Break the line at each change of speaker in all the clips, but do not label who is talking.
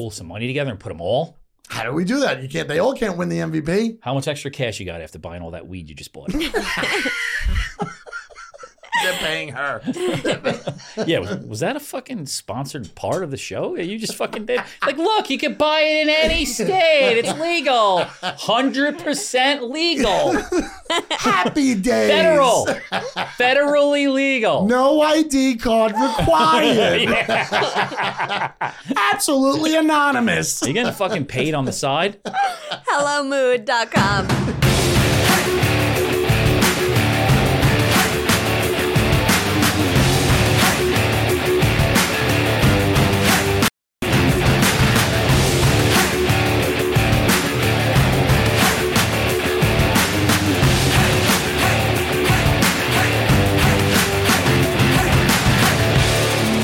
pool some money together and put them all?
How do we do that? You can't. They all can't win the MVP.
How much extra cash you got after buying all that weed you just bought?
They're paying her.
yeah, was, was that a fucking sponsored part of the show? Yeah, You just fucking did. Like, look, you can buy it in any state. It's legal. 100% legal.
Happy days.
Federal. Federally legal.
No ID card required. Absolutely anonymous.
Are you getting fucking paid on the side?
HelloMood.com.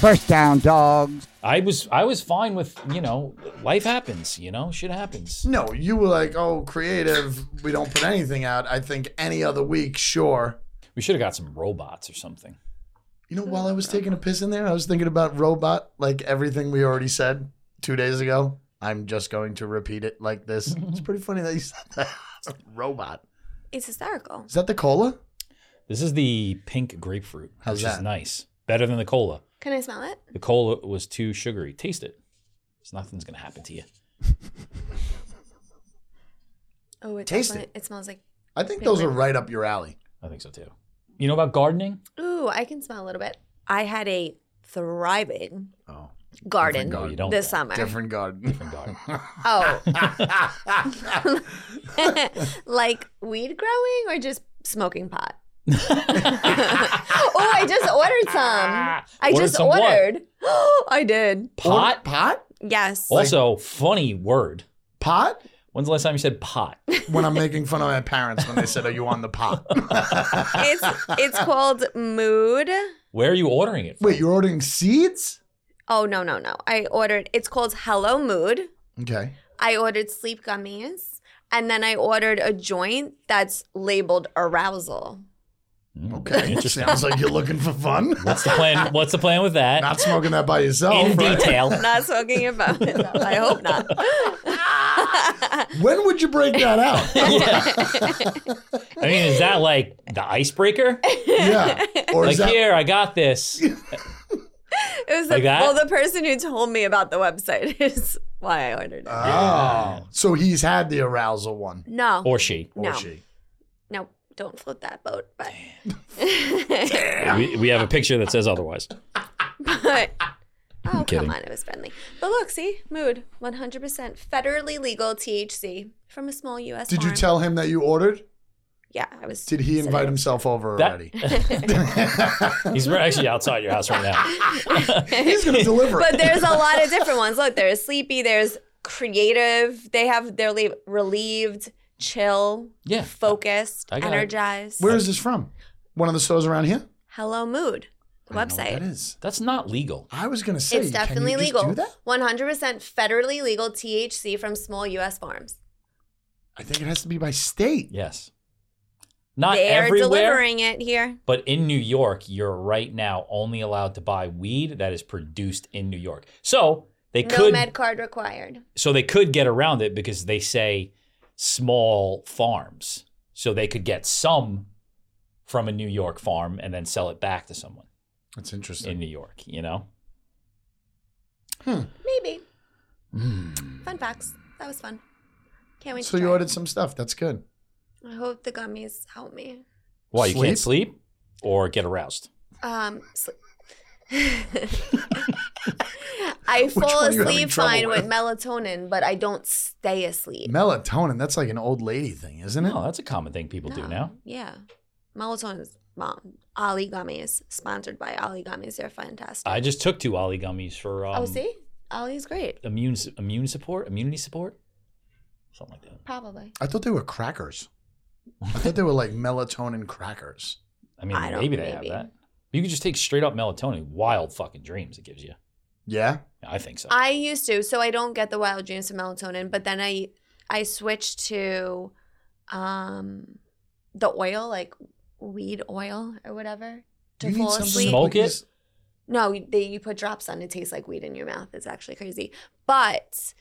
First down, dogs.
I was I was fine with, you know, life happens, you know, shit happens.
No, you were like, oh, creative. We don't put anything out. I think any other week, sure.
We should have got some robots or something.
You know, while I was taking a piss in there, I was thinking about robot, like everything we already said two days ago. I'm just going to repeat it like this. It's pretty funny that you said that. robot.
It's hysterical.
Is that the cola?
This is the pink grapefruit,
How's
which is
that?
nice. Better than the cola.
Can I smell it?
The cola was too sugary. Taste it. So nothing's gonna happen to you.
Oh, it
Taste
definitely- It smells like.
I think those are right up your alley.
I think so too. You know about gardening?
Ooh, I can smell a little bit. I had a thriving
Oh,
garden
No, you don't.
this summer.
different garden.
Garden.
Oh, like weed growing or just smoking pot? oh, I just ordered some. I
Ordered
just
some what?
ordered. I did.
Pot?
Pot?
Yes.
Also, funny word.
Pot?
When's the last time you said pot?
When I'm making fun of my parents when they said, Are you on the pot?
it's it's called mood.
Where are you ordering it from?
Wait, you're ordering seeds?
Oh no no no! I ordered. It's called Hello Mood.
Okay.
I ordered sleep gummies, and then I ordered a joint that's labeled arousal.
Okay. Sounds like you're looking for fun.
What's the plan? What's the plan with that?
Not smoking that by yourself.
In
right?
detail.
Not smoking about it. I hope not.
When would you break that out?
I mean, is that like the icebreaker?
yeah. Or
Like
is that
here, I got this.
It was
Like
the,
that?
well, the person who told me about the website is why I ordered it.
Oh. So he's had the arousal one.
no,
Or she.
Or
no,
she.
no, don't float that boat. But,
We, we have a picture that says otherwise.
but oh
kidding.
come on, it was friendly. But look, see, mood, one hundred percent federally legal THC from a small U.S.
Did you
farm.
tell him that you ordered?
Yeah, I was.
Did he invite himself over
That-
already?
He's actually outside your house right now.
He's going to deliver
But
it.
there's a lot of different ones. Look, there's sleepy. There's creative. They have their leave relieved, chill,
Yeah.
focused,
I got it.
energized.
Where is this from? One of the stores around here?
Hello Mood
I don't know what
website.
That is.
That's not legal.
I was going to say,
It's definitely
can you
legal.
Just do that?
100% federally legal THC from small U.S. farms.
I think it has to be by state.
Yes. Not
They're
everywhere.
delivering it here.
But in New York, you're right now only allowed to buy weed that is produced in New York. So they
No
could
med card required.
so they could get around it because they say small farms. So they could get some from a New York farm and then sell it back to someone
That's interesting.
in New York, you know?
Maybe. Fun facts. That was fun. Can't wait
Hmm. So
to
you
try.
ordered some stuff. That's good.
I hope the gummies help me.
Why you can't sleep or get aroused.
Um, sl- I fall
one are you having
asleep
trouble
fine
with?
with melatonin, but I don't stay asleep.
Melatonin, that's like an old lady thing, isn't it?
No, that's a common thing people do
No.
now.
Um, Yeah. Melatonin's mom. Ali Gummies, sponsored by Ali Gummies. They're fantastic.
I just took two Ollie gummies for um,
oh, see? Ali's great.
immune immune support, immunity support, something like that.
Probably.
I thought they were crackers. I thought they were like melatonin crackers.
I mean,
I don't-
maybe they have
maybe.
that. You could just take straight up melatonin. Wild fucking dreams it gives you.
Yeah?
I think so.
I used to, so I don't get the wild dreams of melatonin, but then I I switched to um the oil, like weed oil or whatever. To
You need
fall
something
asleep.
Smoke
like this-
No, they, you put drops on. It tastes like weed in your mouth. It's actually crazy. But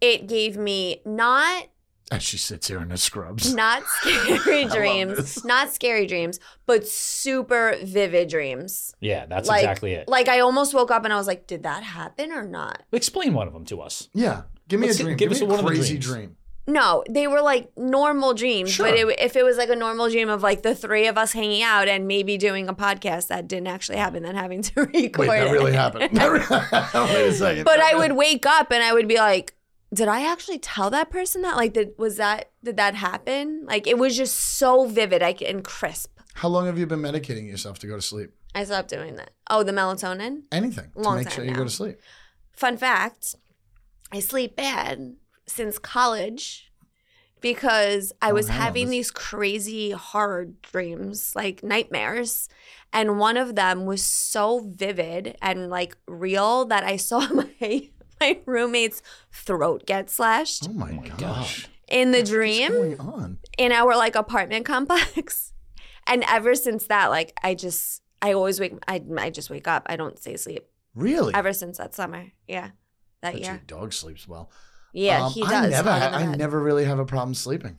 it gave me not
As she sits here in the scrubs.
not scary
love
dreams,
this.
not scary dreams, but super vivid dreams.
Yeah, that's
Like-
exactly it.
Like I almost woke up and I was like, did that happen or not?
Explain one of them to us.
Yeah. Give me
Let's
a dream.
give
Give,
us
me
one
a
of the
crazy
dreams.
dream.
No, they were like normal dreams, but
Sure.
it, if it was like a normal dream of like the three of us hanging out and maybe doing a podcast that didn't actually happen, then having to record
Wait, that
it.
really happened. That really- Wait a second.
but I
That
would
really-
wake up and I would be like, did I actually tell that person that? Like, did was that did that happen? Like, it was just so vivid, like and crisp.
How long have you been medicating yourself to go to sleep?
I stopped doing that. Oh, the melatonin.
Anything to
Long
make
time
sure you
now.
go to sleep.
Fun fact: I sleep bad since college because I
Oh,
was
hang on,
having
this-
these crazy horror dreams, like nightmares, and one of them was so vivid and like real that I saw my my roommate's throat get slashed
Oh my,
my
gosh.
in the
What's
dream.
going on?
in our like apartment complex. And ever since that, like I just I always wake I I just wake up. I don't stay asleep.
Really?
Ever since that summer. Yeah. That
Bet your
year.
dog sleeps well.
Yeah,
Um,
he does.
I never,
on
ha-
the
I
bed.
never really have a problem sleeping.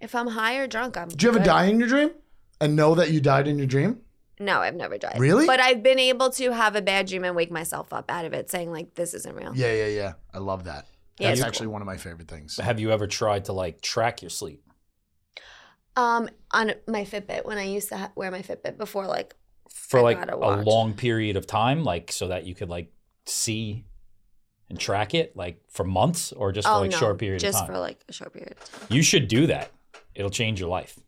If I'm high or drunk, I'm
Did you ever
good.
die in your dream and know that you died in your dream?
No, I've never died.
Really?
But I've been able to have a bad dream and wake myself up out of it saying like this isn't real.
Yeah, yeah, yeah. I love that.
Yeah,
That's
it's
actually one of my favorite things.
Have you ever tried to like track your sleep?
Um on my Fitbit when I used to ha- wear my Fitbit before like
for
I
like
gotta
a
watch.
long period of time, like so that you could like see and track it like for months or just for
oh
like
no,
short period
just
of time.
for like a short period. of time.
you should do that. It'll change your life.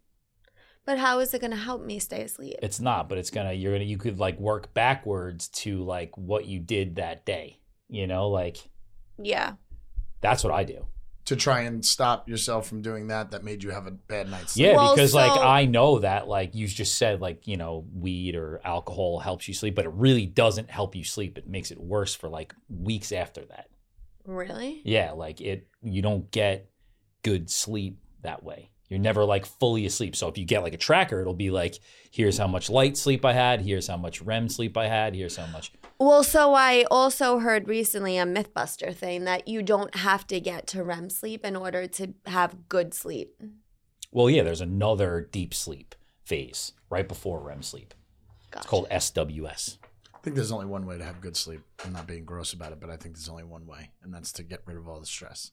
But how is it going to help me stay asleep?
It's not, but it's gonna you're gonna you could like work backwards to like what you did that day. You know, like
yeah.
that's what I do.
to try and stop yourself from doing that, that made you have a bad night's sleep.
Yeah,
Well,
because like
so-
I know that like you just said like, you know, weed or alcohol helps you sleep, but it really doesn't help you sleep. It makes it worse for like weeks after that.
Really?
Yeah, like it you don't get good sleep that way. You're never like fully asleep. So if you get like a tracker, it'll be like, here's how much light sleep I had, here's how much REM sleep I had, here's how much
Well, so I also heard recently a MythBuster thing that you don't have to get to REM sleep in order to have good sleep.
Well, yeah, there's another deep sleep phase right before REM sleep.
Gotcha.
It's called SWS.
I think there's only one way to have good sleep. I'm not being gross about it, but I think there's only one way, and that's to get rid of all the stress.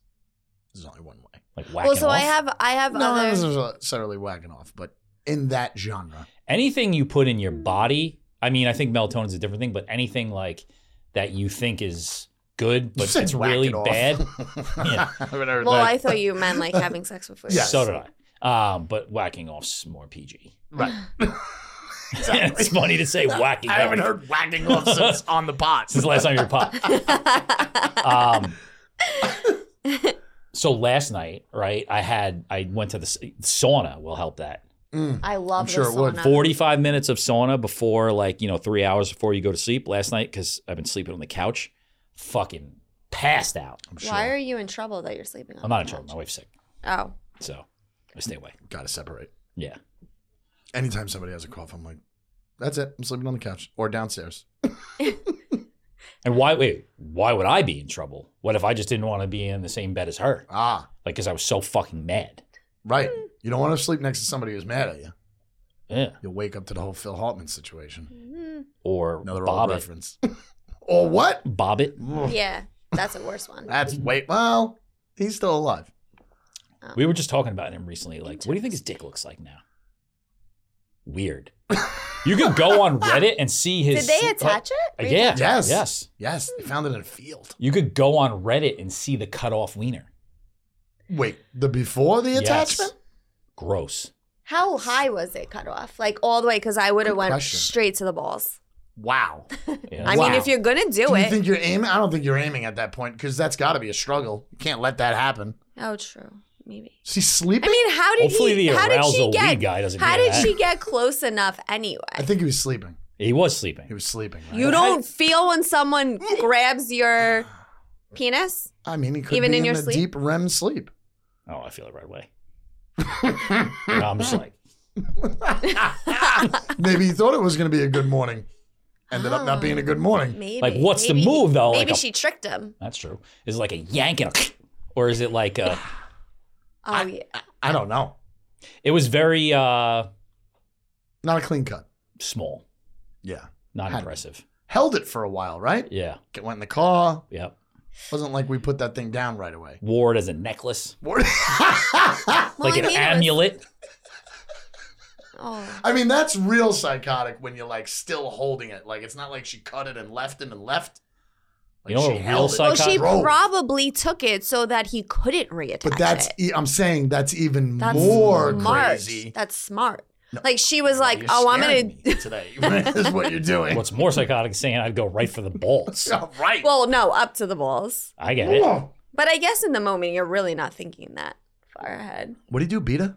There's only one way.
Like whacking
Well, so I
off.
have I have
No, not
other
necessarily whacking off, but in that genre.
anything you put in your body. I mean, I think melatonin's a different thing, but anything like that you think is good but
Since
it's
whack
really
it off.
bad.
yeah. Whatever
Well,
that-
I thought you meant like having sex with
Yes.
So did I. Um, but whacking off's more PG.
right.
it's funny to say whacking
I
off.
haven't heard whacking off since on the pot.
since the last time you were pop. Um, so last night, right, I had I went to the s- sauna. Will help that.
Mm.
I love
I'm sure
the
it would.
sauna.
Forty-five minutes of sauna before, like you know, three hours before you go to sleep last night because I've been sleeping on the couch, fucking passed out.
I'm sure.
Why are you in trouble that you're sleeping? On
I'm not in
the
trouble. My wife's sick,
couch? Oh,
so I stay away.
Gotta separate.
Yeah,
Anytime somebody has a cough, I'm like, that's it. I'm sleeping on the couch or downstairs.
and why? Wait, why would I be in trouble? What if I just didn't want to be in the same bed as her?
Ah,
Like, because I was so fucking mad.
right. You don't want to sleep next to somebody who's mad at you.
Yeah,
You'll wake up to the whole Phil Hartman situation.
Mm-hmm.
or
Another
Bobbit.
old reference. or what?
Bobbit.
yeah, that's a worse one.
That's wait. Well, he's still alive.
Oh.
We were just talking about him recently. Like, what do you think his dick looks like now? Weird. You could go on Reddit and see his.
Did they attach it?
Uh, yeah.
Yes.
Yes.
Yes, they found it in a field.
You could go on Reddit and see the cut off wiener.
Wait, the before the
Yes.
attachment?
Gross.
How high was it cut off? Like all the way? Because I would have
Good
went
question.
straight to the balls.
Wow.
Yeah.
I
Wow.
mean, if you're gonna do,
Do you
it.
think you're aiming? I don't think you're aiming at that point because that's got to be a struggle. You can't let that happen.
oh, true. Maybe.
Is he sleeping?
I mean, how did
Hopefully
he?
the
how did
arousal
she get?
weed guy doesn't
how
hear
did
that.
she get close enough anyway?
I think he was sleeping.
he was sleeping.
He was sleeping. Right?
you
But how-
don't feel when someone grabs your penis.
I mean, he could
Even
be
in
in,
your
a
sleep?
deep REM sleep.
oh, I feel it right away. And I'm just like,
Maybe he thought it was going to be a good morning. ended up not being a
Oh.
good morning.
Maybe.
Like, what's the
Maybe-
move, though?
Maybe
Like a-
she tricked him.
That's true. Is it like a yank and a or is it like uh, a
Oh yeah.
I, I don't know.
it was very uh
Not a clean cut.
small,
Yeah.
not
Had-
impressive.
Held it for a while, right?
Yeah.
It went in the car.
Yeah.
Wasn't like we put that thing down right away.
Wore it as a necklace.
Well,
like
I
an
mean, it was-
amulet.
Oh.
I mean, that's real psychotic when you're like still holding it. Like it's not like she cut it and left it and left. Like
You know what real
Well,
psych-
she
Drove.
probably took it so that he couldn't reattach
But that's
it.
e- I'm saying that's even
That's
more
smart.
crazy.
That's smart.
No.
Like she was like,
You're
"Oh, I'm
scaring
gonna."
me today. is what you're doing.
What's more psychotic is saying I'd go right for the balls.
Yeah, right?
Well, no, up to the balls.
I get it.
But I guess in the moment, you're really not thinking that far ahead.
What do you do, Beta?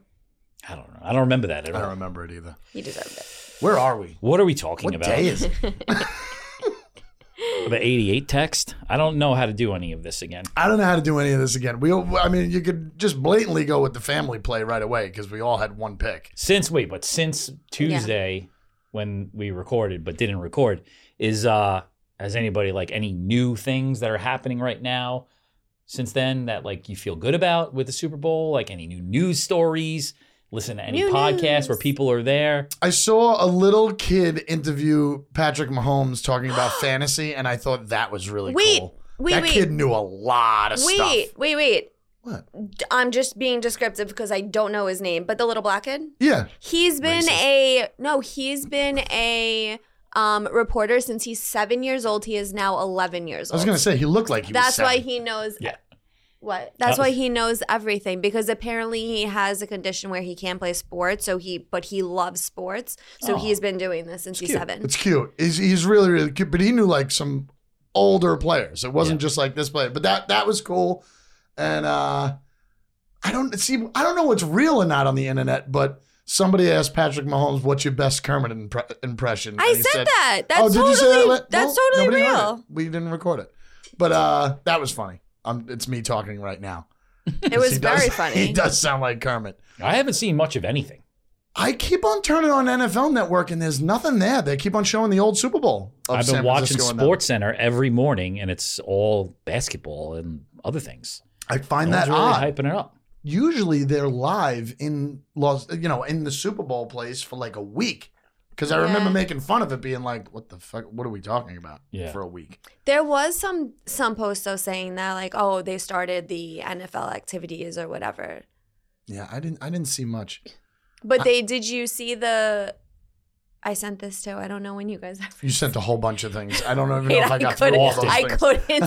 I don't know. I don't remember that at
I don't
all.
remember it either.
You deserved it.
Where are we?
What are we talking
What
about?
day is it?
the 88 text? I don't know how to do any of this again.
I don't know how to do any of this again. We, I mean, you could just blatantly go with the family play right away because we all had one pick.
Since wait, but since Tuesday when we recorded but didn't record is uh has anybody like any new things that are happening right now since then that like you feel good about with the Super Bowl, like any new news stories? Listen to any
New
podcasts where
news.
people are there.
I saw a little kid interview Patrick Mahomes talking about fantasy, and I thought that was really
Wait,
cool.
wait,
that
wait.
kid knew a lot of
Wait,
stuff.
wait, wait.
What?
I'm just being descriptive because I don't know his name. But the little black kid,
Yeah,
he's been
Racist.
a no, he's been a um reporter since he's seven years old. He is now 11 years
I
old.
was gonna say he looked like he. was
Oh. That's why
seven.
he knows.
Yeah.
What? That's
That was-
why he knows everything because apparently he has a condition where he can't play sports. So he, but he loves sports. So he's been doing this since he's seven.
Oh. It's cute. He's, he's really really cute, but he knew like some older players. It wasn't just like this player, but that that was cool. And uh I don't see. I don't know what's real or not on the internet, but somebody asked Patrick Mahomes, "What's your best Kermit impre- impression?"
I
And he "Oh,
said, that. That's totally.
li-
That's
Well,
totally
nobody heard
real.
it. We didn't record it, but uh that was funny. Um, it's me talking right now.
It,
'Cause
was
he does-
very funny.
He does sound like Kermit.
I haven't seen much of anything.
I keep on turning on NFL Network and there's nothing there. They keep on showing the old Super Bowl. of
I've been
San
watching
Francisco and them.
Sports Center every morning and it's all basketball and other things.
I find
No one's
that
really
odd.
hyping it up.
Usually they're live in Los, you know, in the Super Bowl place for like a week. Because I remember
Yeah.
making fun of it, being like, "What the fuck? What are we talking about?"
Yeah.
For a week.
There was some some posts though saying that like, oh, they started the NFL activities or whatever.
Yeah, I didn't. I didn't see much.
But they did you see the? I sent this to. I don't know when you guys. Have
You sent a whole bunch of things. I don't even know
Wait,
if I
I,
got through
couldn't,
all those
I
things.
couldn't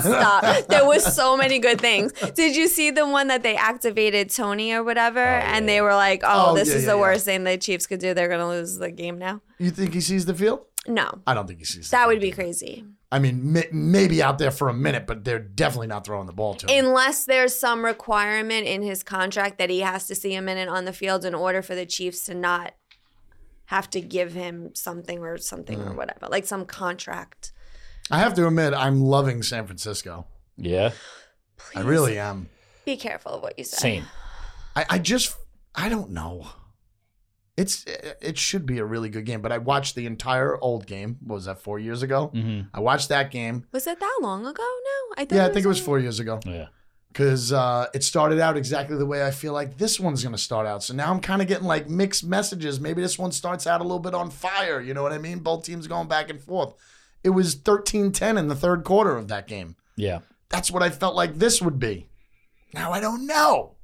stop. There was so many good things. Did you see the one that they activated Tony or whatever?
yeah,
and they were like, "Oh,
Oh,
this
yeah,
is
yeah,
the
yeah.
worst thing the Chiefs could do. They're gonna lose the game now."
You think he sees the field?
No,
I don't think he sees. the
that would
field.
be crazy.
I mean, may- maybe out there for a minute, but they're definitely not throwing the ball to him.
Unless there's some requirement in his contract that he has to see a minute on the field in order for the Chiefs to not have to give him something or something or whatever, like some contract.
I have to admit, I'm loving San Francisco.
Yeah.
I really am.
Be careful of what you say.
Same.
I, I just I don't know. It's it should be a really good game, but I watched the entire old game. What was that four years ago?
Mhm.
I watched that game.
Was it that long ago? No, I thought
Yeah, I think it was
only-
four years ago
Yeah.
because uh, it started out exactly the way I feel like this one's gonna start out. So now I'm kind of getting like mixed messages. Maybe this one starts out a little bit on fire. You know what I mean? Both teams going back and forth. It was 13-10 in the third quarter of that game.
Yeah.
That's what I felt like this would be. Now I don't know.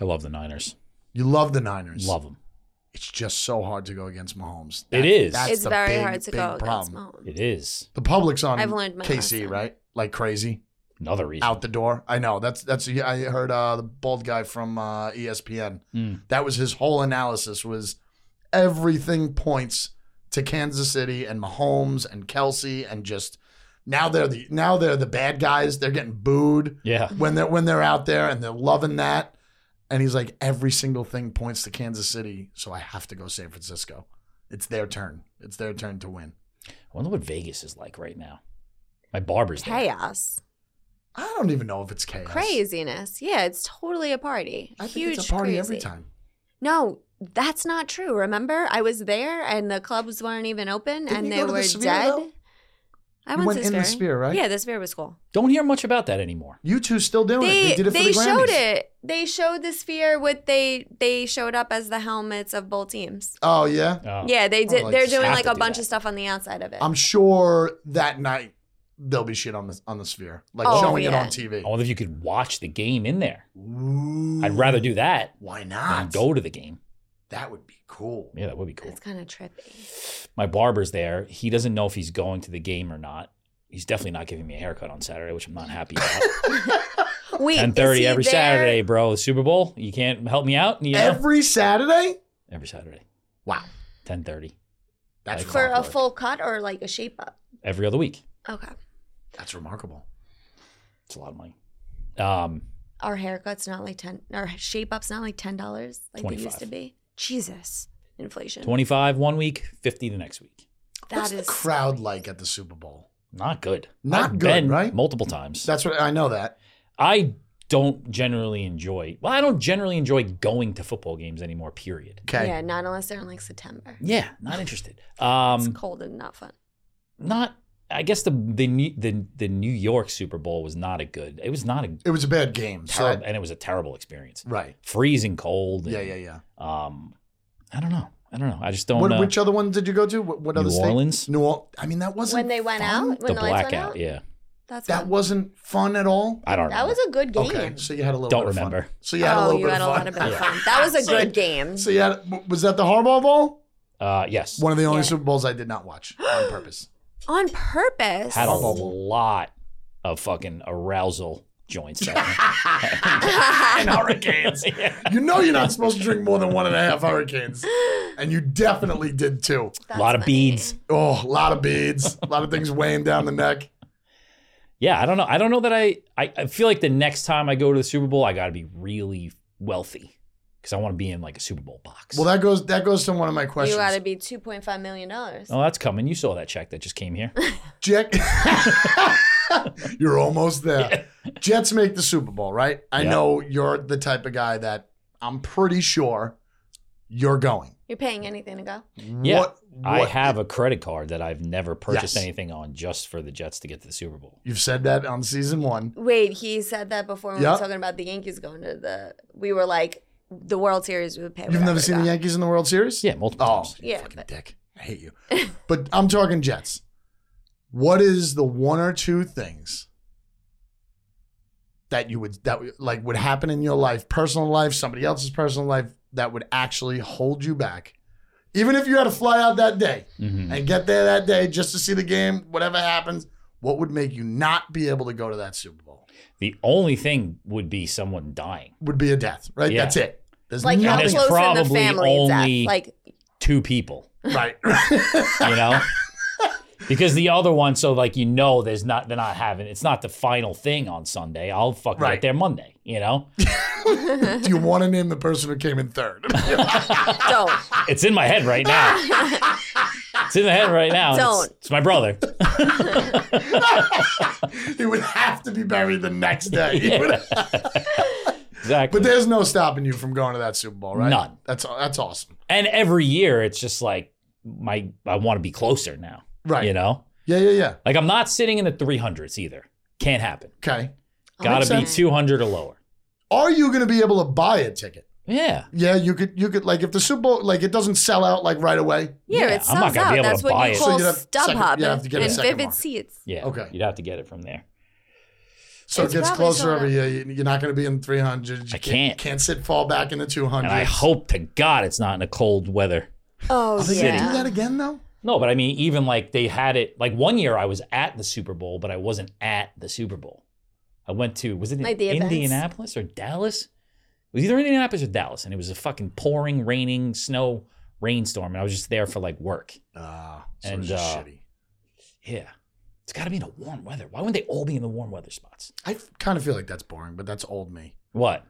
I love the Niners.
You love the Niners.
Love them.
it's just so hard to go against Mahomes.
It is.
it's very
big,
hard to
big
go against
problem.
Mahomes.
It is.
The public's on
I've learned my
KC,
lesson.
right? Like crazy
Another reason.
out the door. I know. That's that's I heard uh, the bald guy from uh, ESPN.
Mm.
That was his whole analysis was everything points to Kansas City and Mahomes and Kelsey and just now they're the now they're the bad guys. They're getting booed
Yeah.
when they're when they're out there and they're loving that. And he's like, every single thing points to Kansas City, so I have to go San Francisco. It's their turn. It's their turn to win.
I wonder what Vegas is like right now. My barber's there.
Chaos.
I don't even know if it's chaos.
Craziness. Yeah, it's totally a party.
I think
Huge
it's a party every
crazy.
time.
No, that's not true. Remember, I was there and the clubs weren't even open
Didn't you go
and they
to the
were
Sphere,
dead.
though?
I
You
went,
went
to
in the Sphere, right?
Yeah, the Sphere was cool.
Don't hear much about that anymore.
You two still doing it?
They
They did it for the Grammys.
showed it. They showed the Sphere with they they showed up as the helmets of both teams.
Oh yeah.
Oh.
Yeah, they did.
like,
they're
just
doing
have
like
to
a
do
bunch
that.
of stuff on the outside of it.
I'm sure that night there'll be shit on the on the Sphere, like
Oh,
showing it
yeah.
on TV.
I wonder if you could watch the game in there.
Ooh.
I'd rather do that
Why
than
not?
go to the game.
That would be cool.
Yeah, that would be cool.
That's kind of trippy.
My barber's there. He doesn't know if he's going to the game or not. He's definitely not giving me a haircut on Saturday, which I'm not happy about.
Wait,
Ten
is
thirty
he
every
there?
Saturday, bro. The Super Bowl. You can't help me out. You know? every-,
Every Saturday.
Saturday,
Wow.
ten thirty
That's
Like-
for a
remarkable.
full cut or like a shape up.
every other week.
Okay,
That's remarkable.
It's a lot of money. Um,
our haircut's not like ten. Our shape up's not like ten dollars like they used to
25.
be. Jesus, inflation.
twenty five one week, fifty the next week.
That
What's the
is
crowd like at the Super Bowl?
Not good.
Not
I've
good,
been
right?
Multiple times.
That's what I know. That
I don't generally enjoy. Well, I don't generally enjoy going to football games anymore. Period.
okay.
yeah. Not unless they're in like September.
Yeah, not interested.
It's
Um,
cold and not fun.
not. I guess the the New- the the New York Super Bowl was not a good. It was not a
It was a bad game. So
terrible, and it was a terrible experience.
right.
Freezing cold.
Yeah,
and-
yeah, yeah.
Um, I don't know. I don't know. I just don't.
what,
know.
Which other one did you go to? What, what
uh, New
other state?
Orleans?
New Orleans. I mean, that wasn't
When they went
fun.
out, when the, lights went out,
Yeah,
that's
That
fun.
wasn't fun at all.
I don't.
that was a good game.
Okay, so you had a little.
Don't
bit of fun.
remember.
So you had a
oh,
little
you
bit
had
of
a
fun.
lot of bit of
Yeah.
fun. That was a
So-
good game.
So yeah, was that the Harbaugh Bowl?
Uh, yes,
One of the only
Yeah.
Super Bowls I did not watch on purpose.
On purpose.
had a
Horrible.
lot of fucking arousal joints. that
and hurricanes.
night. Yeah.
You know you're not supposed to drink more than one and a half hurricanes, and you definitely did too.
A lot of beads.
Oh, a lot of beads, a lot of things weighing down the neck.
Yeah, I don't know. I don't know that I. I, I feel like the next time I go to the Super Bowl, I got to be really wealthy because I want to be in like a Super Bowl box.
Well, that goes that goes to one of my
You
questions.
got to be two point five million dollars.
oh, that's coming. You saw that check that just came here.
Jet. you're almost there. Jets make the Super Bowl, right? I
Yeah.
know you're the type of guy that I'm pretty sure you're going.
You're paying anything to go.
Yeah,
What,
I
what-
have a credit card that I've never purchased
Yes.
anything on just for the Jets to get to the Super Bowl.
You've said that on season one.
Wait, he said that before when we
Yeah.
were talking about the Yankees going to the. We were like, the World Series would pay.
You've
whatever
never
to
seen
go.
the Yankees in the World Series?
Yeah, multiple
Oh,
times.
yeah,
Yeah,
fucking
but-
dick. I hate you. but I'm talking Jets. What is the one or two things that you would that would- like would happen in your life, personal life, somebody else's personal life that would actually hold you back? Even if you had to fly out that day
Mhm.
and get there that day just to see the game, whatever happens, what would make you not be able to go to that Super Bowl?
The only thing would be someone dying.
Would be a death, right?
Yeah.
That's it. There's
Like how
And
nothing
it's
close in the
probably
family it's at.
only-
Like
Two people.
right.
you know because the other one so like you know there's not they're not having it's not the final thing on sunday i'll fucking
Right.
get there monday you know
Do you want to name the person who came in third?
don't.
it's in my head right now it's in the head right now and it's,
Don't.
it's my brother
he would have to be buried the next day. He would-
exactly
but there's no stopping you from going to that Super Bowl, right?
None.
That's that's awesome.
and every year it's just like my i want to be closer now
Right.
you know
Yeah, yeah, yeah.
like i'm not sitting in the 300s either can't happen
Okay.
gotta
makes
be
sense.
200 or lower
Are you going to be able to buy a ticket?
yeah
Yeah, you could. You could like if the Super Bowl like it doesn't sell out like right away.
Yeah,
Yeah,
it
I'm not gonna
sells
be
out.
able
That's
to
what
buy
you
it.
So
call
you'd have second-
StubHub
you'd have to get a
and
second
Vivid
market.
Seats.
yeah
Okay.
you'd have to get it from there
So
It's
it gets
probably
closer
sold
every year. You- You're not going to be in 300. You
I can't.
Can't sit fall back in the 200.
and i hope to god it's not in the cold weather
Oh
Are they going to do
yeah.
that again though?
No, but I mean, even like they had it. Like one year, I was at the Super Bowl, but I wasn't at the Super Bowl. I went to was it in
Like the events.
Indianapolis or Dallas? It was either Indianapolis or Dallas, and it was a fucking pouring, raining, snow, rainstorm, and I was just there for like work.
Ah,
so it's just shitty. Yeah, it's got to be in a warm weather. Why wouldn't they all be in the warm weather spots?
I kind of feel like that's boring, but that's old me.
What?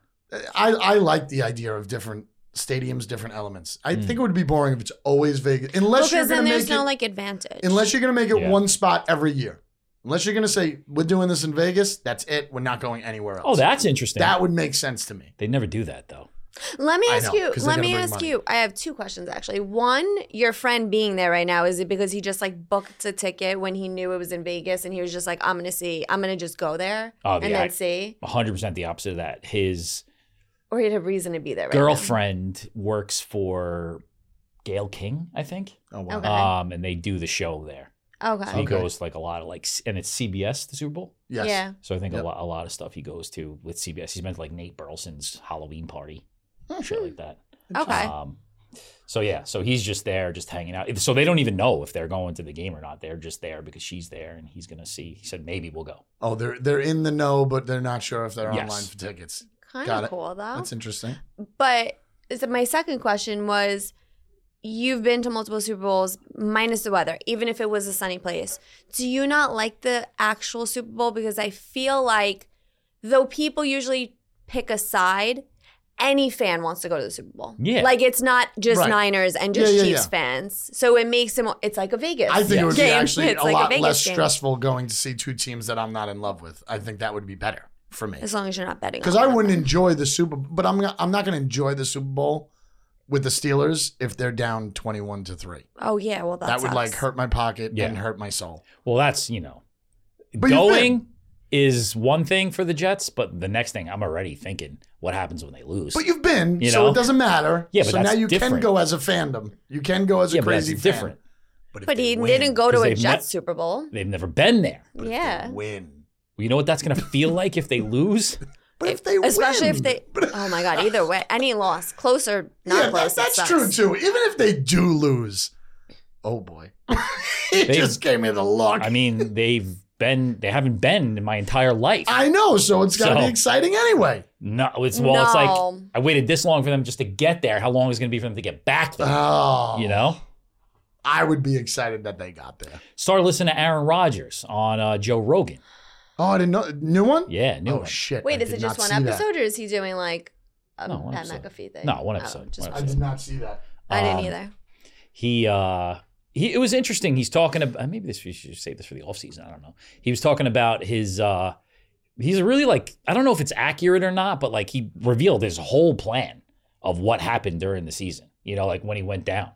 I, I like the idea of different stadiums, different elements. I think it would be boring if it's always Vegas, unless
Because
you're
then
gonna make
there's
it,
no like advantage.
unless you're gonna make it
Yeah.
one spot every year. Unless you're gonna say we're doing this in Vegas, that's it. We're not going anywhere else.
Oh, that's interesting.
that would make sense to me.
They'd never do that though.
Let me
I
ask
know,
you.
'cause they
Let
gotta
me
bring
ask
money.
you. I have two questions actually. One, your friend being there right now, is it because he just like booked a ticket when he knew it was in Vegas and he was just like, I'm gonna see, I'm gonna just go there
Oh,
and
yeah,
then
I-
see,
100% the opposite of that. His
or he had a reason to be there. Right now?
girlfriend works for Gail King, I think.
Oh wow.
Okay.
Um, and they do the show there. So
Okay.
he
Okay.
goes to, like a lot of like, c- and it's CBS the Super Bowl.
Yes.
Yeah.
So I think
Yep.
a lot, a lot of stuff he goes to with CBS. He's been to like Nate Burleson's Halloween party,
Oh,
shit
Hmm.
like that.
Okay.
Um, so yeah, so he's just there, just hanging out. If- So they don't even know if they're going to the game or not. They're just there because she's there, and he's gonna see. He said maybe we'll go.
Oh, they're they're in the know, but they're not sure if they're
Yes.
online for tickets.
Kind
Got
of
it.
cool though.
That's interesting.
But so my second question was you've been to multiple Super Bowls minus the weather, even if it was a sunny place. Do you not like the actual Super Bowl? Because I feel like though people usually pick a side, any fan wants to go to the Super Bowl.
Yeah.
Like it's not just
Right.
Niners and just
Yeah, yeah,
Chiefs
yeah.
fans. So it makes them it's like a Vegas.
I think it would be
game.
actually
It's
a
like a
lot
Vegas
less
game.
stressful going to see two teams that I'm not in love with. I think that would be better for me.
As long as you're not betting.
Because
on
I
them.
wouldn't enjoy the Super, but I'm not- I'm not going to enjoy the Super Bowl with the Steelers if they're down 21 to three.
Oh yeah, well that,
That, would
sucks.
like hurt my pocket
Yeah.
and hurt my soul.
Well, that's you know,
But you've
going is one thing for the Jets, but the next thing I'm already thinking what happens when they lose.
But you've been,
You
so
know?
it doesn't matter.
Yeah, but
so
that's
now you can
different.
go as a fandom. You can go as a
yeah, but that's
crazy fan.
different.
if
But
they
he
win-
didn't go to
'cause
a
they've
Jets
met-
Super Bowl.
They've never been there.
but if they
yeah.
win.
You know what that's gonna feel like if they lose.
But if they
especially
win,
if they. Oh my god! Either way, any loss, close or not
yeah, that-
close, it
that's
sucks.
true too. Even if they do lose, oh boy, he
They-
just gave me the look.
I mean, they've been they haven't been in my entire life.
I know, so it's got to
So-
be exciting anyway.
No, it's well, it's like
No.
I waited this long for them just to get there. How long is it going to be for them to get back there?
Oh,
you know,
I would be excited that they got there.
start listening to Aaron Rodgers on uh, Joe Rogan.
Oh, I didn't know. New one?
Yeah, new
oh
one.
shit!
Wait,
I
is it
did
just
not
one
see that.
episode, or is he doing like a
No, one
Pat
episode.
McAfee thing?
No, one
Oh,
episode,
just
one
I did not see that.
I didn't
Um,
either.
He uh, he. It was interesting. He's talking about maybe this. We should save this for the off season. I don't know. He was talking about his. uh He's really like I don't know if it's accurate or not, but like he revealed his whole plan of what happened during the season. You know, like when he went down.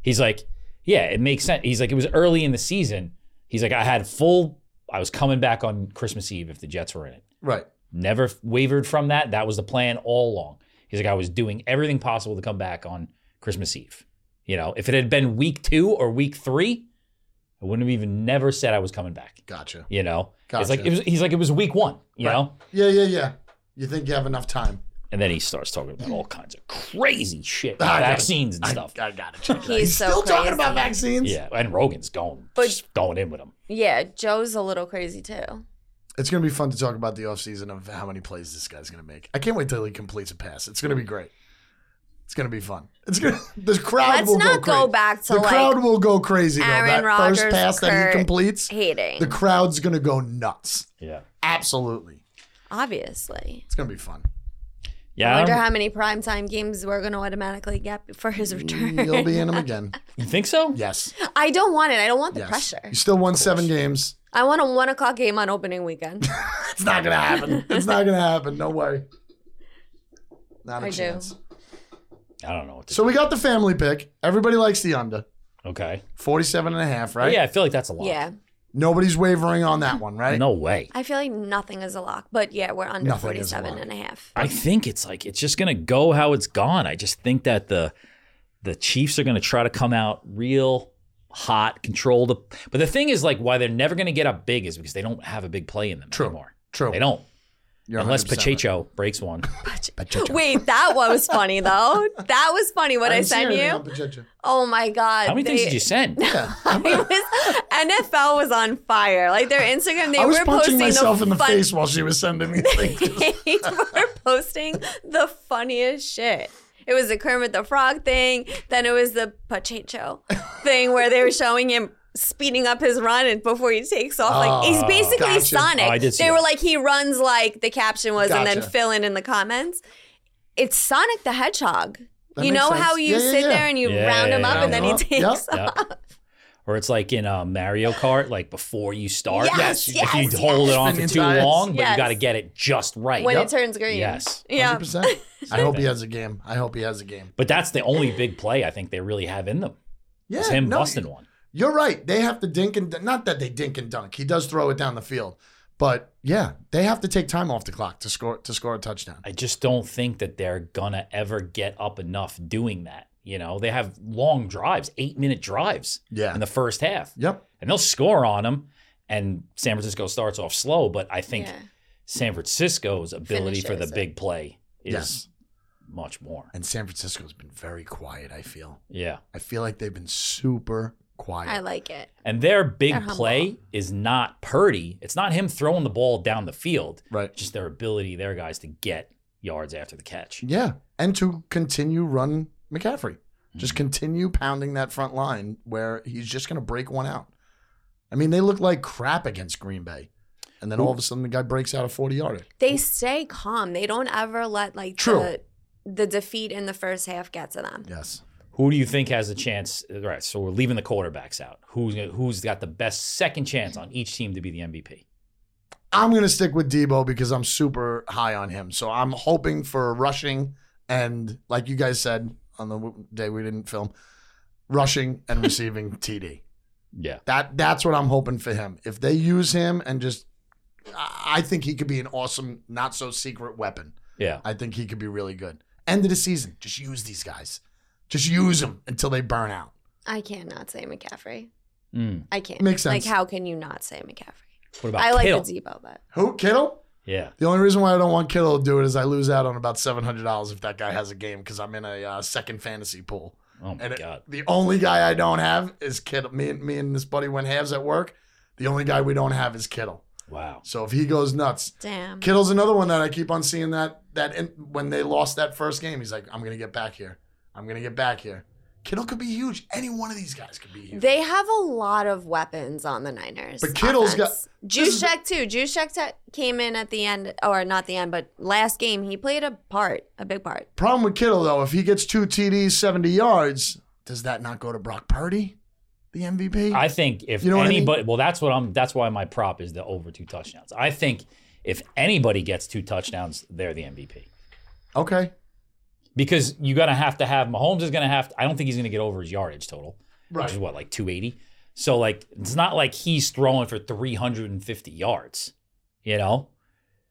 He's like, yeah, it makes sense. He's like, it was early in the season. He's like, I had full. I was coming back on Christmas Eve if the Jets were in it.
Right.
Never f- wavered from that. That was the plan all along. He's like, I was doing everything possible to come back on Christmas Eve. You know, if it had been week two or week three, I wouldn't have even never said I was coming back.
Gotcha.
You know,
Gotcha.
it's like it was, he's like it was week one. You
Right.
know,
Yeah, yeah, yeah. You think you have enough time?
and then he starts talking about all kinds of crazy shit,
I got it.
vaccines and
I,
stuff.
I got it.
He's so
still talking
crazy.
about vaccines.
yeah, and Rogan's going,
But-
just going in with him.
Yeah, Joe's a little crazy too.
It's going to be fun to talk about the offseason of how many plays this guy's going to make. I can't wait till he completes a pass. It's going to be great. It's going to be fun. It's going to the crowd
Let's
will
not
go,
go
crazy.
back to
The crowd
like
will go crazy though.
Aaron
That
Rodgers,
first pass that
Kurt.
he completes,
hating.
the crowd's going to go nuts.
Yeah,
Absolutely.
Obviously,
It's going to be fun.
yeah.
I
I
wonder
don't-
how many primetime games we're gonna automatically get for his return.
You'll be in him again.
you think so?
Yes.
I don't want it. I don't want the
Mm. Yes.
Oh, pressure.
You still won seven games.
I want a one o'clock game on opening weekend.
It's not gonna happen. It's not gonna happen. No way. Not a
I do.
chance.
I don't know. What to
So we got the family pick. Everybody likes the under.
okay.
47 and a half, right?
Yeah, I feel like that's a lot.
yeah,
Nobody's wavering on that one, right?
No way.
I feel like nothing is a lock, but yeah, we're under
Nothing is a
47
lock.
and a half.
I think it's like it's just gonna go how it's gone. I just think that the the Chiefs are gonna try to come out real hot, control the. But the thing is, like, why they're never gonna get up big is because they don't have a big play in them
True.
anymore.
True.
They don't
You're
unless
100%
Pacheco breaks one.
Pacheco.
Wait, that one was funny though. That was funny. What
right.
I,
didn't see
sent
anything
you.
on Pacheco.
Oh my god!
How many things did you send?
Yeah.
was, NFL was on fire. Like their Instagram, they
I was
were
punching
posting
myself
the
in the
fun-
face while she was sending me things.
they were posting the funniest shit. It was the Kermit the Frog thing. Then it was the Pacheco thing where they were showing him speeding up his run and before he takes off. Like he's
Oh,
basically
gotcha.
Sonic.
Ah, Oh, I did see
they were
that.
like he runs like the caption was, and then
Gotcha.
fill in in the comments. It's Sonic the Hedgehog.
That
you
makes
know
sense.
how you
Yeah, yeah,
sit
yeah.
there and you
Yeah,
round him
yeah,
up
yeah.
and then he
Round him
takes
up.
off.
Yep. All Or it's like in uh, Mario Kart, like before you start,
Yes,
if you
yes,
hold
yes.
it on for
Spinning
too
tires.
long, but
Yes.
you got to get it just right.
when
Yep.
it turns green.
Yes.
Yeah.
100%. I hope he has a game. I hope he has a game.
But that's the only big play I think they really have in them.
Yeah,
It's him
no,
busting one.
You're right. They have to dink and not that they dink and dunk. He does throw it down the field, but yeah, they have to take time off the clock to score to score a touchdown.
I just don't think that they're gonna ever get up enough doing that. You know, they have long drives, eight minute drives
Yeah.
in the first half,
Yep.
and they'll score on them. And San Francisco starts off slow, but I think
Yeah.
San Francisco's ability for the
Finishes it.
big play is
Yes.
much more.
And San Francisco's been very quiet. I feel.
Yeah.
I feel like they've been super quiet.
I like it.
And their big
They're humble.
play is not Purdy. It's not him throwing the ball down the field,
right.
just their ability, their guys to get yards after the catch.
Yeah, and to continue run McCaffrey, just continue pounding that front line where he's just going to break one out. I mean, they look like crap against Green Bay, and then all of a sudden the guy breaks out a forty yarder.
They stay calm. They don't ever let like
True.
the the defeat in the first half get to them.
Yes,
Who do you think has a chance? Right, so we're leaving the quarterbacks out. Who's who's got the best second chance on each team to be the MVP?
I'm going to stick with Debo because I'm super high on him. So I'm hoping for rushing and, like you guys said on the w- day we didn't film, rushing and receiving TD.
Yeah,
That that's what I'm hoping for him. If they use him and just, I I think he could be an awesome, not so secret weapon.
yeah.
I think he could be really good. End of the season, just use these guys. Just use them until they burn out.
I cannot say McCaffrey.
Mm.
I can't.
Makes
Like
sense.
how can you not say McCaffrey?
What about
I like
Kittle?
the Debo, but
Who Kittle?
yeah,
The only reason why I don't want Kittle to do it is I lose out on about seven hundred dollars if that guy has a game because I'm in a uh, second fantasy pool,
oh my
and it-
god,
the only guy I don't have is Kittle. Me and me and this buddy went halves at work. The only guy we don't have is Kittle.
wow.
So if he goes nuts,
damn.
Kittle's another one that I keep on seeing that that in, when they lost that first game, he's like, I'm gonna get back here. I'm gonna get back here. Kittle could be huge. Any one of these guys could be huge.
They have a lot of weapons on the Niners.
But Kittle's got-
got Juszczyk too. Juszczyk ta- came in at the end, or not the end, but last game he played a part, a big part.
Problem with Kittle though, if he gets two TDs, seventy yards, does that not go to Brock Purdy, the MVP?
I think if
You know what I mean?
anybody, well, that's what I'm. That's why my prop is the over two touchdowns. I think if anybody gets two touchdowns, they're the MVP
okay,
because you're gonna have to have Mahomes is gonna have. To, I don't think he's gonna get over his yardage total,
Right.
which is what like 280. So like it's not like he's throwing for 350 yards. You know,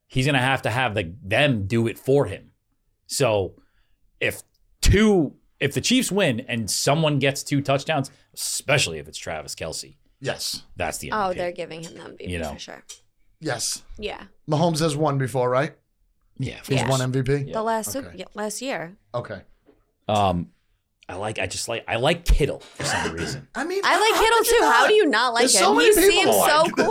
he's gonna have to have the them do it for him. So if two, if the Chiefs win and someone gets two touchdowns, especially if it's Travis Kelsey,
yes,
that's the MVP.
Oh, they're giving him the MVP
You know.
for sure.
yes.
Yeah,
Mahomes has won before, right?
yeah. of
He's
Yeah.
won MVP.
Yeah,
the last
okay.
yeah, last year.
Okay.
course. Um, I like. I just like. I like Kittle for some reason.
I mean,
I like Kittle
could you
too. How
not?
do you not like
There's
him?
so
he
many people
seems so
like this.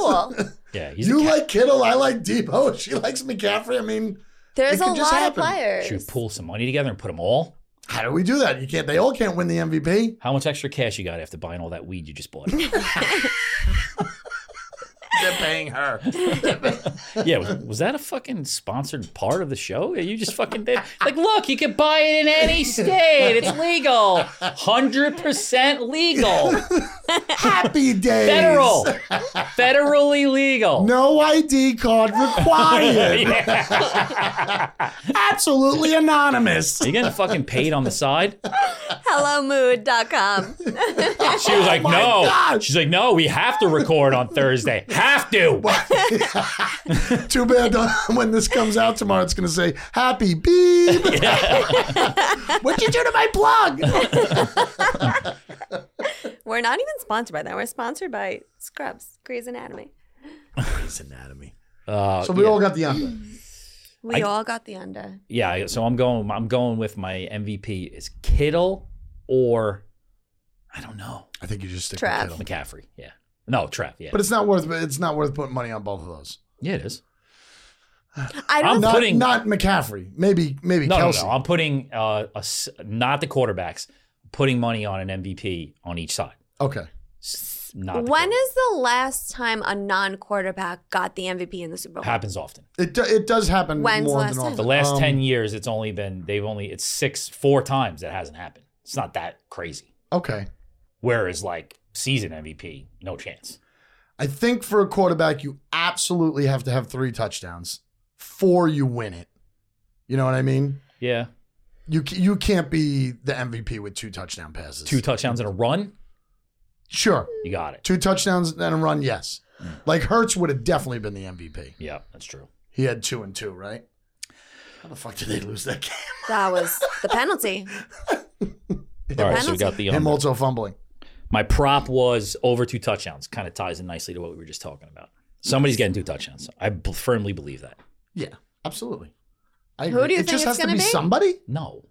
cool.
Yeah, he's
You
a cat.
like Kittle. I like Debo. She likes McCaffrey. I mean,
There's
It
a
could
lot
just
of
happen.
players.
Should we pool some money together and put them all?
how do we do that? You can't. They all can't win the MVP.
How much extra cash you got after buying all that weed you just bought?
They're paying her.
yeah, was, was that a fucking sponsored part of the show? You just fucking did. Like, look, you can buy it in any state. It's legal, hundred percent legal,
Happy days.
federal, federally legal.
No ID card required. Absolutely anonymous.
You getting fucking paid on the side?
HelloMood.com.
She was like,
Oh my
no.
God.
She's like, no, we have to record on Thursday. Have to.
Too bad uh, when this comes out tomorrow, it's going to say, Happy beep. What'd you do to my plug?
We're not even sponsored by that. We're sponsored by Scrubs, Grey's Anatomy.
Grey's Anatomy.
Uh,
So we all got the under.
We all got the under.
yeah, so I'm going. I'm going with my MVP is Kittle or I don't know
I think you just stick
Trav.
with Kittle.
McCaffrey. Yeah, no Trev. Yeah,
But it's not worth it's not worth putting money on both of those.
yeah, it is.
I
I'm
don't
Not,
putting
not McCaffrey. Maybe maybe
no, no,
Kelsey.
no. I'm putting uh, a s not the quarterbacks. Putting money on an MVP on each side.
Okay.
S- Not the
When
quarterback.
is the last time a non-quarterback got the MVP in the Super Bowl?
happens often.
It do, it does happen
When's
more
the
than
last
often.
The last
Um,
ten years, it's only been they've only it's six four times that hasn't happened. It's not that crazy.
Okay.
Whereas like season MVP. No chance.
I think for a quarterback, you absolutely have to have three touchdowns for you win it. You know what I mean?
Yeah.
You ca- you can't be the MVP with two touchdown passes.
Two touchdowns and a run.
sure,
You got it.
two touchdowns and a run. Yes, like Hertz would have definitely been the MVP.
Yeah, that's true.
He had two and two, right? How the fuck did they lose that game?
That was the penalty.
All right,
penalty.
so we got the um,
Him
under.
also fumbling.
My prop was over two touchdowns. Kind of ties in nicely to what we were just talking about. Somebody's getting two touchdowns. I b- firmly believe that.
Yeah, absolutely. I
Who
agree.
do you
it
think
just has
it's
to
gonna
be
be?
somebody?
No,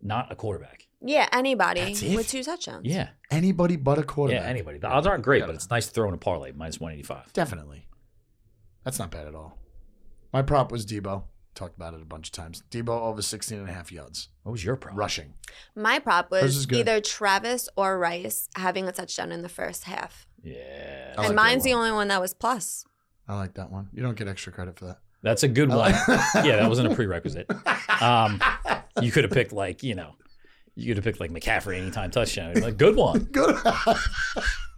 not a quarterback.
Yeah, anybody
That's it?
with two touchdowns.
Yeah,
Anybody but a
yeah,
quarterback.
anybody. The odds aren't great,
Yeah.
but it's nice to throw in a parlay minus one eighty five.
Definitely. That's not bad at all. My prop was Debo. Talked about it a bunch of times. Debo over 16 and a half yards.
What was your prop?
Rushing.
My prop
Hers is
was
good.
either Travis or Rice having a touchdown in the first half.
Yeah,
I like
and
that
mine's the
one.
only one that was plus.
I like that one. You don't get extra credit for that.
that's a good
I
one.
like-
yeah, that wasn't a prerequisite. Um, you could have picked like you know, you could have picked like McCaffrey anytime touchdown. Like good one.
Good.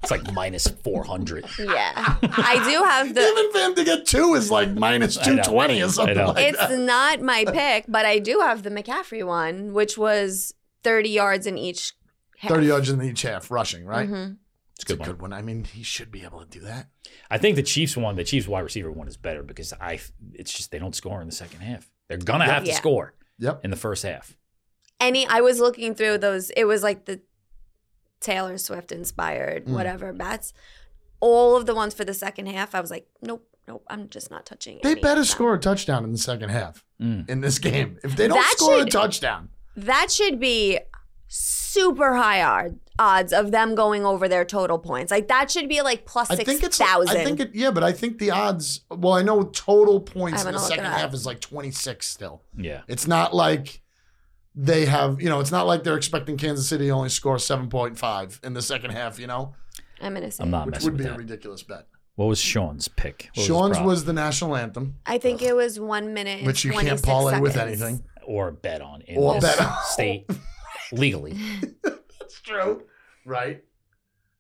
It's like minus four hundred.
Yeah. I do have the
Even for him to get two is like minus
I know.
220 or
I
something
know.
like
it's
that.
not my pick, but I do have the McCaffrey one, which was 30 yards in each half.
30 yards in each half, rushing, right?
hmm
It's a good
It's a
one.
good one. I mean, he should be able to do that.
I think the Chiefs one, the Chiefs wide receiver one, is better because I. It's just they don't score in the second half. They're gonna have to
Yeah.
score
Yep.
in the first half.
Any, I was looking through those. It was like the Taylor Swift inspired,
Mm.
whatever bets. All of the ones for the second half, I was like, nope, nope, I'm just not touching
They
any of
better
that.
score a touchdown in the second half
Mm.
in this game. If they don't
That
score a
should-
touchdown,
That should be super high odd- odds of them going over their total points. Like that should be like plus
I think
six
it's. I think
thousand.
it. Yeah, but I think the odds. Well, I know total points
I'm
in the
gonna look it
second
up.
half is like 26. Still,
Yeah,
it's not like they have. You know, it's not like they're expecting Kansas City to only score 7.5 in the second half. You know,
I'm gonna say.
I'm not
which
messing
would
with
be a
that.
ridiculous bet.
What was Sean's pick? What his
Sean's
prop?
was the national anthem,
I think it was one minute, and
which you can't
26
parlay with
seconds.
anything.
or bet on in
Or
this
bet on.
state legally.
That's true, right?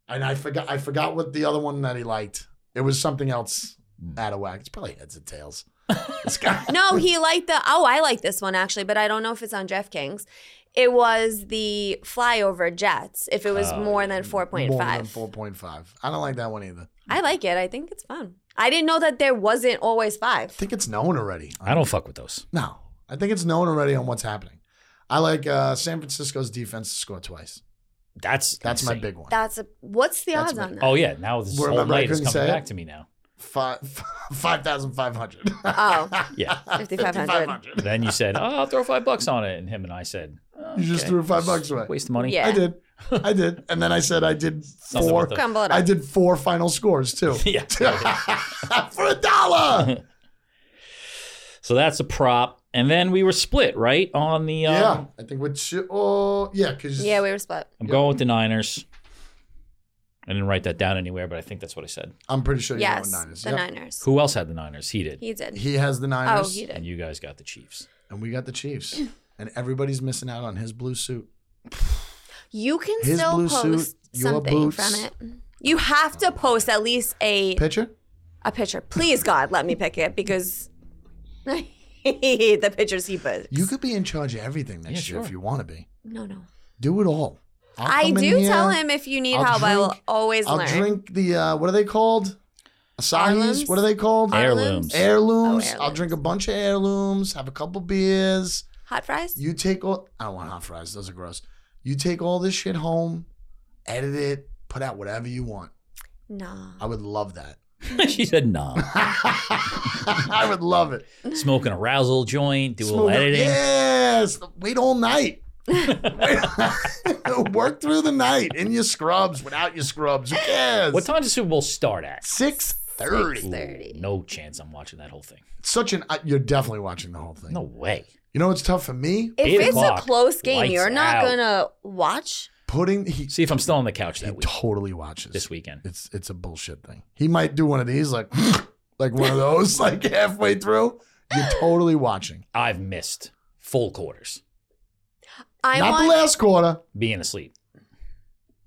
And I forgot. I forgot what the other one that he liked. It was something else
Hmm.
out of whack. It's probably heads and tails. This guy.
No, he liked the. Oh, I like this one actually, but I don't know if it's on DraftKings. It was the flyover Jets. If it was
Oh,
more
yeah.
than four point
More than
five,
4.5. I don't like that one either.
I like it. I think it's fun. I didn't know that there wasn't always
I
five.
think it's known already.
I don't fuck with those.
No, I think it's known already on what's happening. I like uh, San Francisco's defense to score twice.
That's
That's my
insane.
big one.
That's a. What's the
That's
odds
my-
on that?
Oh yeah, now this
Well,
whole
remember I
night is
couldn't
coming
say
back
it?
to me now.
Five five thousand five hundred.
Oh.
Yeah.
5,500.
Then you said, "Oh, I'll throw five bucks on it," and him and I said,
You just
"Okay,
threw five bucks away."
Waste of money.
Yeah.
I did, I did, and then I said I did
Something
four.
with the-
Crumble it
I
up.
did four final scores too.
yeah.
for a dollar.
So that's a prop, and then we were split right on the. Um,
yeah, I think which oh yeah, because
Yeah, we were split.
I'm going with the Niners. I didn't write that down anywhere, but I think that's what I said.
I'm pretty sure you
Yes,
know Niners.
the
Yep.
Niners.
Who else had the Niners? He did,
He did.
He has the
Oh,
Niners,
he
and
did.
you guys got the Chiefs.
and we got the Chiefs, and everybody's missing out on his blue suit.
You can
His
still
blue suit,
post
your
something
boots.
from it. You have to post at least a
Pitcher.
a picture. Please God, let me pick it because I hate the pictures he puts.
You could be in charge of everything next
Yeah,
year
sure.
if you want to be.
No, no.
Do it all. I'll
I
come in
do
here,
tell him if you need
I'll
help, I will
drink-
always
I'll
learn.
drink the uh, what are they called? Asahi's.
Islands?
What are they called?
Heirlooms.
Heirlooms.
Oh,
I'll drink a bunch of heirlooms. Have a couple beers.
Hot fries?
You take all. I don't want hot fries. Those are gross. You take all this shit home, edit it, put out whatever you want.
No.
I would love that.
she said, "Nah."
I would love it.
Smoke an arousal joint, do a little
Smoke it.
editing.
Yes. Wait all night. Wait- Work through the night in your scrubs, without your scrubs. Who cares?
What time does Super Bowl start at?
Six
Ooh,
thirty.
30.
No chance I'm watching that whole thing.
Such an uh, you're definitely watching the whole thing.
No way.
You know what's tough for me?
If
Eight
it's a
o'clock,
close game,
lights
you're not
out.
gonna watch.
Putting he
See if I'm still on the couch
he
that week
totally watches
this weekend.
It's it's a bullshit thing. He might do one of these like like one of those like halfway through. You're totally watching.
I've missed full quarters
I
Not the
want
last quarter.
being asleep.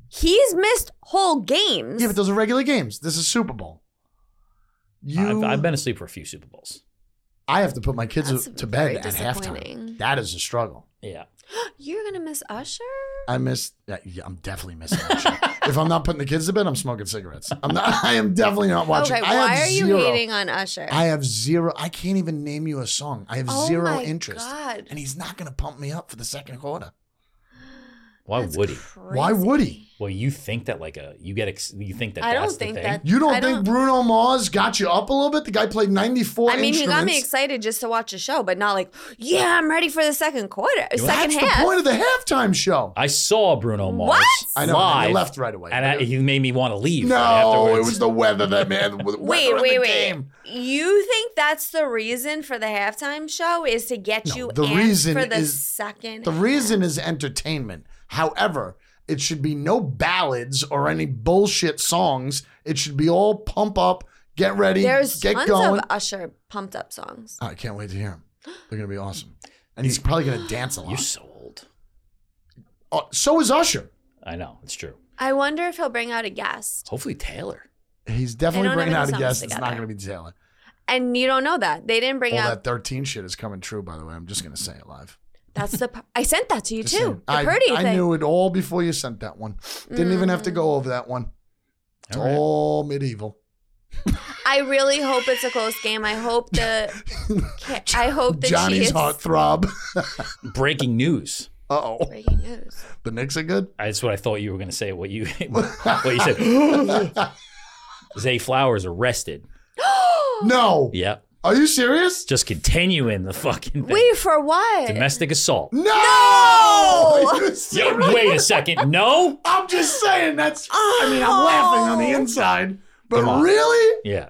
He's missed whole games.
Yeah, but those are regular games. This is Super Bowl.
I've,
You,
I've been asleep for a few Super Bowls.
I have to put my kids
That's
to bed
very
at halftime.
disappointing.
That is a struggle.
Yeah.
You're gonna miss Usher.
I miss. yeah, yeah, I'm definitely missing. that shit. if I'm not putting the kids to bed, I'm smoking cigarettes. I'm not. I am definitely not watching.
okay,
I have
why are you
zero-
hating on Usher?
I have zero. I can't even name you a song. I have
Oh
zero
my
interest.
God.
And he's not going to pump me up for the second quarter.
Why
That's
would he?
Why
crazy.
would he?
Well, you think that like a you get ex- you think that
I don't
that's the
think
thing.
that-
You don't
I
think
don't-
Bruno Mars got you up a little bit? The guy played 94
I mean, he got me
instruments.
excited just to watch a show, but not like, yeah, I'm ready for the second quarter, second
That's
half.
the point of the halftime show.
I saw Bruno Mars
What?
I know. and
live,
they left right away.
and I, he made me want to leave.
no,
right afterwards.
it was the weather that man. the
Wait,
weather in
wait,
the
wait.
game.
You think that's the reason for the halftime show is to get
No,
you
the
amped
reason
for the
is-
second?
The reason is entertainment. However, it should be no ballads or any bullshit songs. It should be all pump up, get ready,
There's
get
tons
going.
of Usher pumped up songs.
Oh, I can't wait to hear him. They're gonna be awesome, and he's probably gonna dance a
You're
lot.
so old.
Oh, so is Usher.
I know it's true.
I wonder if he'll bring out a guest.
Hopefully Taylor.
He's definitely
don't
bringing
have
out
any
a guest.
songs
It's not
together.
gonna be Taylor.
And you don't know that they didn't bring
All
out.
that thirteen shit is coming true. By the way, I'm just gonna say it live.
That's the. p- I sent that to you
Just saying.
too. The
I,
Purdy
I
thing. Mm.
knew it all before you sent that one. Didn't even have to go over that one. It's
All right.
all medieval.
I really hope it's a close game. I hope the. Ca- I hope the
Johnny's
Chiefs.
heart throb.
Breaking news.
Uh oh.
Breaking news.
The Knicks are good.
That's what I thought you were going to say. What you what you said. Zay Flowers arrested.
No.
Yep.
Are you serious?
Just continuing the fucking thing.
Wait for what?
domestic assault.
No. Are you
Yeah,
serious?
wait a second. No.
I'm just saying that's. I mean, I'm laughing on
Oh.
the inside, but really,
Yeah.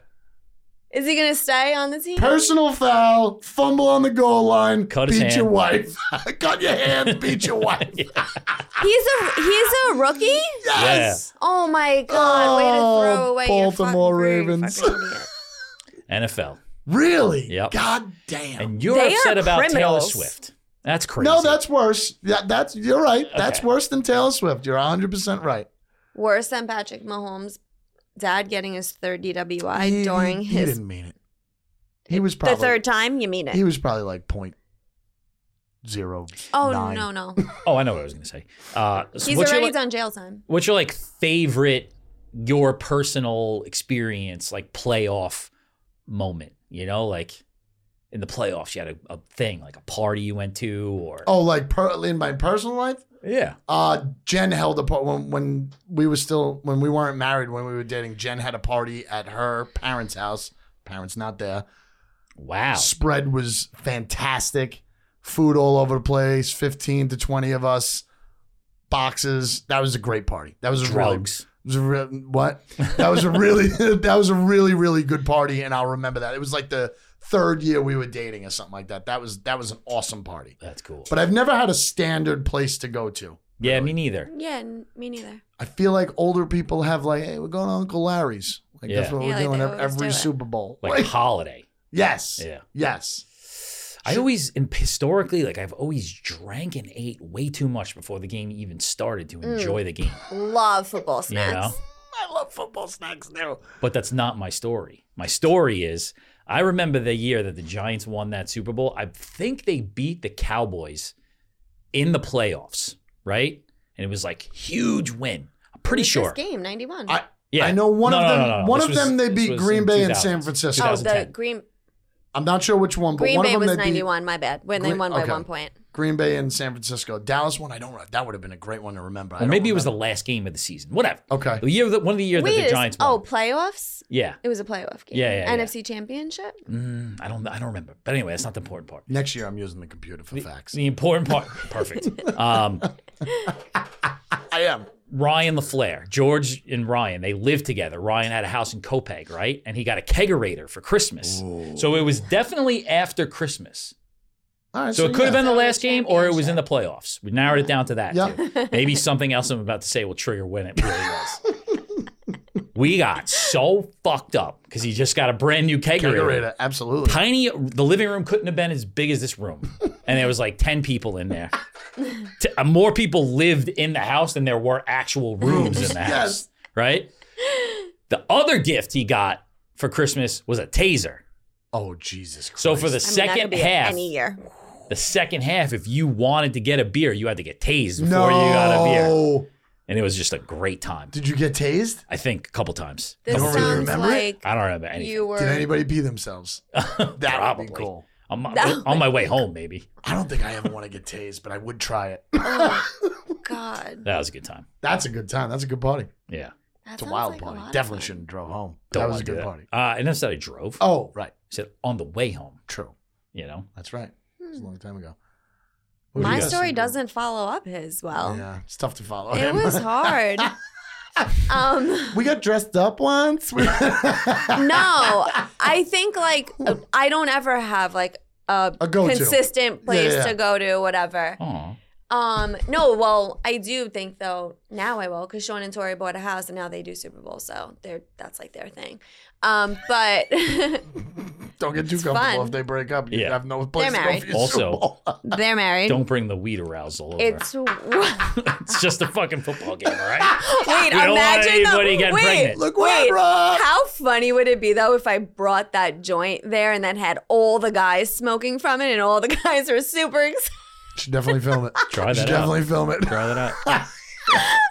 Is he gonna stay on the team?
personal foul, fumble on the goal line,
Cut his
beat your
hand.
wife, cut your hand, beat your wife.
He's a he's a rookie.
Yes.
Oh my god! Way
Oh,
to throw away your fucking
Baltimore
career, you
Ravens.
fucking idiot.
NFL.
Really?
Yep.
God damn.
And you're
They
upset
are
about Taylor
criminals.
Swift. That's crazy.
no, that's worse. Yeah, that's you're right. That's
Okay.
worse than Taylor Swift. You're 100 percent right.
Worse than Patrick Mahomes' dad getting his third DWI
He-
during
he
his
didn't mean it. He was
the
probably
third time. You mean
He
it?
was probably like point zero.
Oh
nine.
no no!
Oh, I know what I was going to say. Uh, so
He's
what's your,
already
like-
done jail time.
What's your like favorite your personal experience like playoff moment? You know, like in the playoffs, you had a, a thing like a party you went to, or
Oh, like per, in my personal life,
yeah,
uh, Jen held a party when, when we were still when we weren't married when we were dating. Jen had a party at her parents' house. Parents not there.
wow,
Spread was fantastic. Food all over the place. Fifteen to twenty of us. Boxes. That was a great party. That was a really
drugs.
It was a real, what? That was a really that was a really really good party, and I'll remember that. It was like the third year we were dating or something like that. That was that was an awesome party.
That's cool.
But I've never had a standard place to go to.
yeah, me neither.
Yeah, n- me neither.
I feel like older people have like, hey, we're going to Uncle Larry's. Like that's
Yeah.
what
Yeah,
we're
like
doing
they
ev-
always
every
do it.
Super Bowl.
Like
Like,
holiday.
yes,
Yeah.
yes.
I always and historically like I've always drank and ate way too much before the game even started
Mm.
to enjoy the game.
Love football
You know.
snacks.
I love football snacks now.
But that's not my story. My story is I remember the year that the Giants won that Super Bowl. I think they beat the Cowboys in the playoffs, right? And it was like huge win. I'm pretty
This
sure.
game Oh, ninety one.
I I know one of them. One of them they beat Green Bay and San Francisco.
Oh,
2010.
the Green
I'm not sure which one, but
Green
one
Bay
of them
was
they beat
ninety one. My bad. When they
Green-
won by
okay.
one point.
Green Bay and San Francisco. Dallas one, I don't. That would have been a great one to remember. I
Or
don't
maybe it was the
remember.
last game of the season. Whatever.
Okay.
The year that one of the year that the
is-
Giants won.
oh playoffs.
yeah.
It was a playoff game.
Yeah, yeah, yeah.
NFC Championship.
Mm, I don't I don't remember. But anyway, that's not the important part.
Next year, I'm using the computer for facts.
The important part. Perfect. Um,
I am.
Ryan the Flair, George and Ryan, they lived together. Ryan had a house in Copeg, right? And he got a kegerator for Christmas. So it was definitely after Christmas.
All right.
So it could have been the
So
last
the
game or it was in the playoffs. We narrowed it down to that.
Yep.
too. Maybe something else I'm about to say will trigger when it really was. we got so fucked up because he just got a brand new kegerator
Kegerator. Absolutely.
tiny the living room couldn't have been as big as this room and there was like 10 people in there t- uh, more people lived in the house than there were actual rooms in the
Yes.
house, right? The other gift he got for Christmas was a taser.
Oh Jesus Christ!
So for the
I mean, that could
second
be
half,
any year.
the second half, if you wanted to get a beer, you had to get tased before you got a beer, and it was just a great time.
Did you get tased?
I think a couple times.
This
don't
Couple
really
times.
sounds
remember it?
like
I don't remember anything.
you were.
Did anybody pee themselves? That
Oh, Probably.
would be cool.
On my,
That
on my way home, maybe.
I don't think I ever want to get tased, but I would try it.
Oh, God,
That was a good time.
That's a good time. That's a good party.
Yeah.
that
It's a
sounds
wild
like
party.
lot of
Definitely
fun.
shouldn't have drove home.
Don't
that was a
wanna do
good party.
Uh, and that's that I drove. I
Oh, right.
said on the way home,
True.
you know?
That's right. It was a
Hmm.
long time ago. What do
My
you guys
story
think?
doesn't follow up his well.
Yeah, it's tough to follow.
It
him.
was hard. um,
we got dressed up once. We-
no, I think like I don't ever have like a,
A go-to.
consistent place
yeah, yeah.
to go to, whatever.
Aw.
Um, no, well, I do think though now I will because Sean and Tori bought a house and now they do Super Bowl, so they're that's like their thing. Um, but
Don't get too
It's
comfortable
fun.
if they break up. You
Yeah.
have no place to go
married.
for your
Also-
Super Bowl.
they're married.
Don't bring the weed arousal over. It's,
it's wait.
just a fucking football game, all right? don't want
imagine the-
anybody getting
wait,
pregnant.
Look what I
wait.
brought.
How funny would it be though if I brought that joint there and then had all the guys smoking from it and all the guys were super excited?
Should definitely film it.
Try
Should
that
definitely
out.
film it.
Try that out.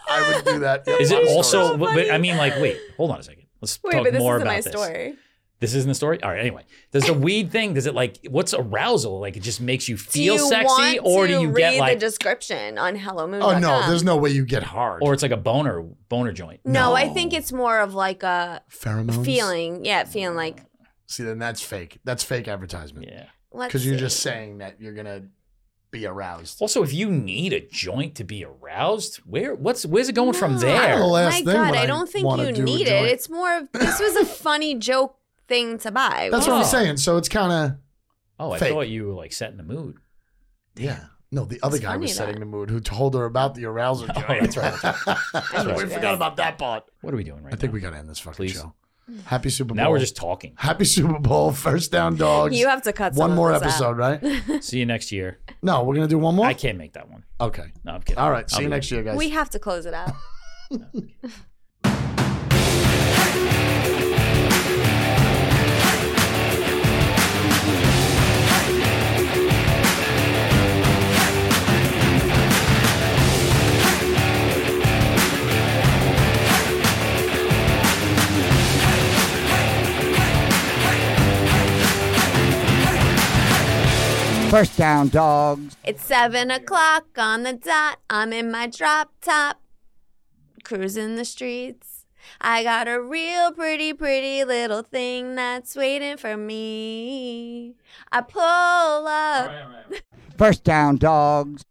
I would do that. Yeah,
Is
my
it
story.
also,
so
but, but I
funny.
mean, like, wait, hold on a second. Let's
Wait,
talk
but this
more
isn't
about
my
this.
story.
This isn't the story? All right, anyway. Does the weed thing, does it like, what's arousal? Like, it just makes you
Do
feel
you
sexy,
want
or do
to
you
read
get like,
the description on HelloMoon?
Oh no,
um,
there's no way you get hard.
or it's like a boner, boner joint?
no. I think it's more of like a
pheromones.
feeling. Yeah, feeling like
See, then that's fake. That's fake advertisement.
Yeah.
let's
Because you're
see.
just saying that you're gonna be aroused.
Also, if you need a joint to be aroused, where, what's, where's it going from
No.
there?
Well, last
My
thing
God,
when
I
I
don't think
wanna
you
do a
need it.
joint-
It's more of this was a funny joke thing to buy.
That's what I'm
Oh.
saying. So it's kind of
Oh, I
Fake.
thought you were like setting the mood.
yeah. No, the other
It's
guy was
funny,
setting
that.
the mood. Who told her about the arousal? joint.
Oh, yeah, that's right,
we
right.
forgot about that part.
What are we doing right
I think
now?
we gotta end this fucking
Please.
show. Happy Super Bowl.
now we're just talking.
happy Super Bowl. First down, dogs.
you have to cut some
one
of
more
this out.
episode, right?
See you next year.
No, we're gonna do one more.
I can't make that one.
Okay.
No, I'm kidding.
All right.
I'll
See you
be
next
there.
year, guys.
We have to close it out.
First down, dogs.
It's seven o'clock on the dot. I'm in my drop top, cruising the streets. I got a real pretty, pretty little thing that's waiting for me. I pull up.
First down, dogs.